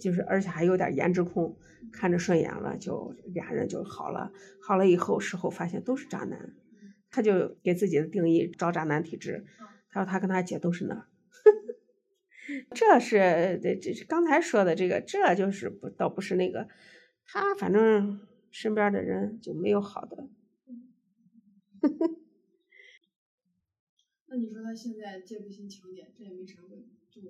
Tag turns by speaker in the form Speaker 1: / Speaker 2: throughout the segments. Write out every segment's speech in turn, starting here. Speaker 1: 就是而且还有点颜值控，看着顺眼了，就俩人就好了。好了以后，事后发现都是渣男，他就给自己的定义招渣男体质。他说他跟他姐都是那儿， 这是这这刚才说的这个，这就是不倒不是那个，他反正身边的人就没有好的。
Speaker 2: 那你说他现在戒备心强点，这也没啥问题，就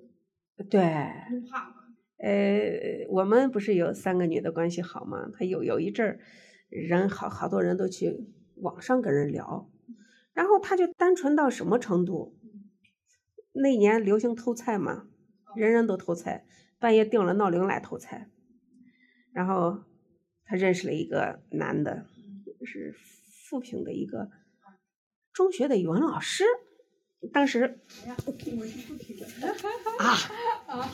Speaker 1: 对，
Speaker 2: 不怕嘛。
Speaker 1: 呃，我们不是有三个女的关系好吗？她有有一阵儿，人好好多人都去网上跟人聊，然后她就单纯到什么程度？那年流行偷菜嘛，人人都偷菜，半夜定了闹铃来偷菜，然后她认识了一个男的，是富平的一个中学的语文老师，当时
Speaker 2: 哎呀，我是不听的。
Speaker 1: 啊。
Speaker 2: 啊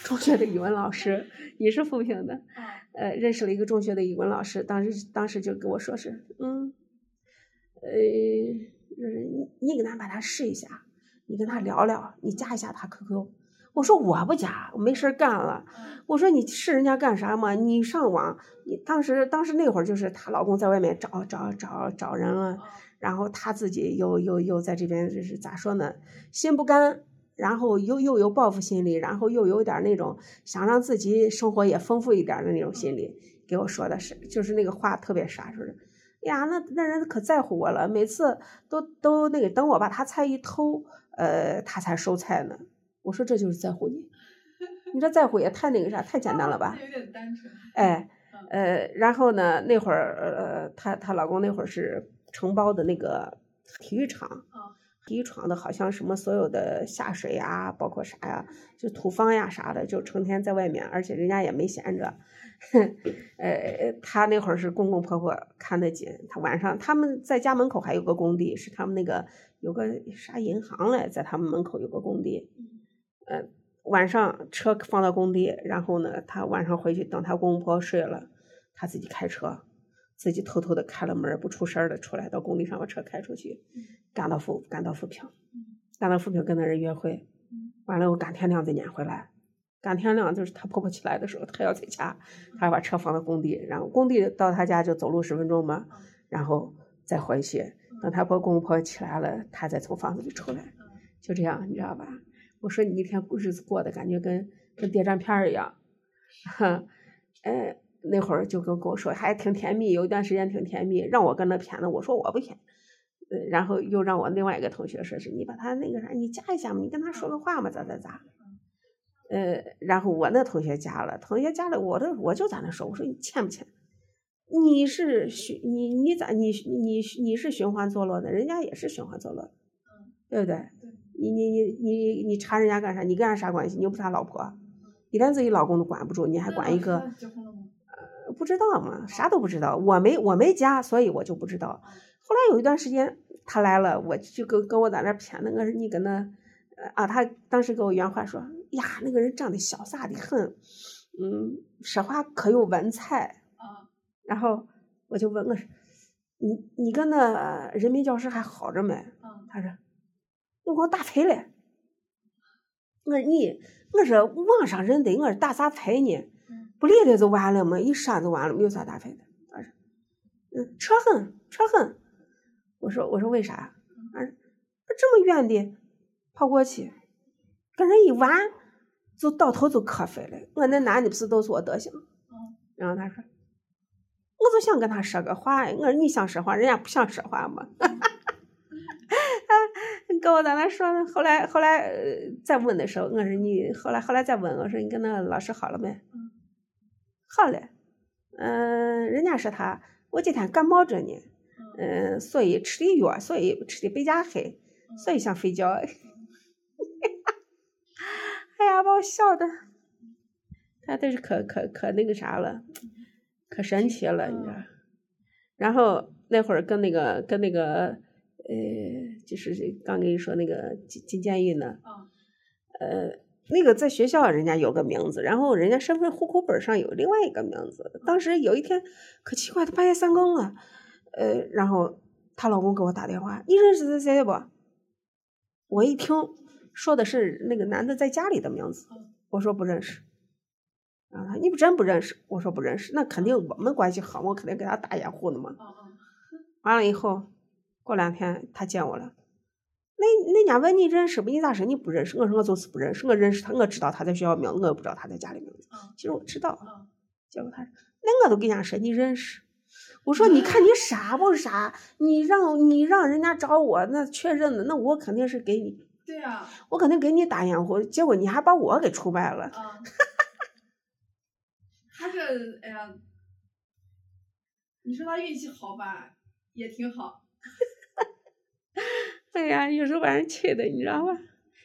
Speaker 1: 中学的语文老师也是富平的，
Speaker 2: 啊！
Speaker 1: 呃，认识了一个中学的语文老师，当时当时就跟我说是，嗯，呃，就是你你给他把他试一下，你跟他聊聊，你加一下他 QQ。我说我不加，我没事儿干了。
Speaker 2: 啊
Speaker 1: 我说你试人家干啥嘛？你上网，你当时当时那会儿就是她老公在外面找找找找人啊，然后她自己又又又在这边就是咋说呢，心不甘，然后又又有报复心理，然后又有点儿那种想让自己生活也丰富一点儿的那种心理，给我说的是就是那个话特别傻，说是。哎呀，那那人可在乎我了，每次都都那个，等我把他菜一偷，呃，他才收菜呢。我说这就是在乎你，你这在乎也太那个啥，太简单了吧？
Speaker 2: 这有点单纯。
Speaker 1: 哎
Speaker 2: 嗯，
Speaker 1: 呃，然后呢，那会儿呃，她她老公那会儿是承包的那个体育场，
Speaker 2: 啊
Speaker 1: 体育场的好像什么所有的下水呀、包括啥呀、就土方呀啥的，就成天在外面，而且人家也没闲着。 呃，她那会儿是公公婆婆看得紧，她晚上他们在家门口还有个工地，是他们那个有个啥银行嘞，在他们门口有个工地。
Speaker 2: 嗯
Speaker 1: 晚上车放到工地，然后呢，她晚上回去等她公公婆婆睡了，她自己开车，自己偷偷的开了门儿，不出声的出来，到工地上把车开出去，赶到富赶到富平，
Speaker 2: 嗯
Speaker 1: 赶到富平跟那人约会，
Speaker 2: 嗯
Speaker 1: 完了我赶天亮再撵回来。赶天亮就是她婆婆起来的时候，她要在家，她要把车放到工地，然后工地到她家就走路十分钟嘛，
Speaker 2: 嗯
Speaker 1: 然后再回去。等她婆公公婆婆起来了，她再从房子里出来。就这样，你知道吧？我说你一天日子过得感觉跟跟谍战片儿一样， 哼，哎，那会儿就跟跟我说还挺甜蜜，有一段时间挺甜蜜，让我跟他谝的，我说我不谝，呃，然后又让我另外一个同学说是你把他那个啥，你加一下嘛，你跟他说个话嘛，咋咋咋，
Speaker 2: 嗯
Speaker 1: 呃，然后我那同学加了，同学加了，我这我就在那说，我说你欠不欠？你是循你你咋你你你是循环坐落的，人家也是循环坐落的，对不对？
Speaker 2: 对
Speaker 1: 你你你你你查人家干啥？你跟人啥关系？你又不是他老婆，你连自己老公都管不住，啊你还管一个？
Speaker 2: 嗯那结婚了吗？
Speaker 1: 不知道嘛？啥都不知道。我没我没加，所以我就不知道。后来有一段时间他来了，我就跟跟我在那儿谝那个人，你跟那呃啊，他当时给我原话说呀，那个人长得潇洒的很，嗯，说话可有文采。
Speaker 2: 啊
Speaker 1: 然后我就问我说，你你跟那人民教师还好着没？
Speaker 2: 啊
Speaker 1: 他说：“我给我打牌嘞。”我说：“你，我说网上认得，我说打啥牌呢
Speaker 2: 嗯？
Speaker 1: 不理他就完了嘛，一删就完了，没有啥打牌的。”他说：“嗯，扯狠，扯狠。”我说：“我说为啥？”他说：“这么远的跑过去，跟人一玩，就到头就瞌睡了。我那男的不是都说我德行
Speaker 2: 嗯？”
Speaker 1: 然后他说。我就想跟他说个话，我说你想说话，人家不想说话嘛。跟我在那说呢，后来后来呃再问的时候，我说你后来后来再问我说你跟那老师好了没？
Speaker 2: 嗯
Speaker 1: 好嘞，嗯、人家说他我今天感冒着呢，
Speaker 2: 嗯
Speaker 1: 嗯、所以吃的药，所以吃的倍加黑，
Speaker 2: 嗯
Speaker 1: 所以想睡觉。 哎呀，把我笑的，他这是可可可那个啥了，可神奇了，你知道
Speaker 2: 嗯。
Speaker 1: 然后那会儿跟那个跟那个呃，就是刚跟你说那个进进监狱呢，
Speaker 2: 啊
Speaker 1: 呃，那个在学校人家有个名字，然后人家身份户口本上有另外一个名
Speaker 2: 嗯
Speaker 1: 字。当时有一天可奇怪，她半夜三更了，呃，然后她老公给我打电话，你认识谁谁谁不？我一听说的是那个男的在家里的名字
Speaker 2: 嗯，
Speaker 1: 我说不认识。然后他你不真不认识？我说不认识，那肯定我们关系好嘛，我肯定给他打掩护呢嘛。
Speaker 2: 嗯嗯，
Speaker 1: 完了以后，过两天他见我了，那那家问你认识不？你咋说你不认识？我说我就是不认识，我认识他，我知道他在学校名字，我也不知道他在家里名字
Speaker 2: 嗯。
Speaker 1: 其实我知道啊
Speaker 2: 嗯，
Speaker 1: 结果他说，那我都跟人家说你认识。我说你看你傻不傻？你让你让人家找我那确认了，那我肯定是给你，
Speaker 2: 对啊呀，
Speaker 1: 我肯定给你打掩护。结果你还把我给出卖了。
Speaker 2: 嗯，他这哎呀，你说他运气好吧，也挺好，
Speaker 1: 哎呀，有时候把人气的，你知道吧？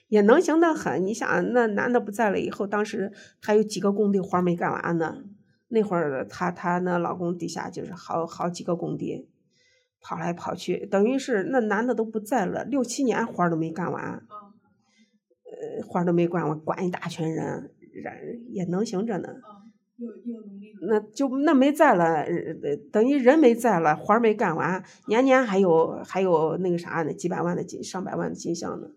Speaker 1: 也能行得很。你想，啊那男的不在了以后，当时还有几个工地活儿没干完呢。那会儿她她那老公底下就是好好几个工地，跑来跑去，等于是那男的都不在了，六七年活儿都没干完，
Speaker 2: 嗯
Speaker 1: 呃，活儿都没干完，管一大群人，然也能行着呢。
Speaker 2: 嗯，有有能力的，
Speaker 1: 那就那没在了，呃等于人没在了，活儿没干完，年年还有还有那个啥呢，几百万的金上百万的金项呢。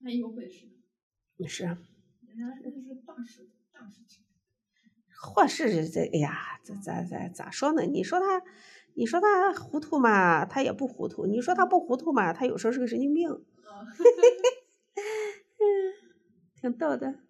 Speaker 2: 那有本事，
Speaker 1: 也是，啊
Speaker 2: 人家说的是大事大事情，
Speaker 1: 或是这，哎呀，这咋咋咋说呢？你说他，你说他糊涂嘛，他也不糊涂；你说他不糊涂 嘛，他有时候是个神经病，
Speaker 2: 嗯。
Speaker 1: 挺逗的。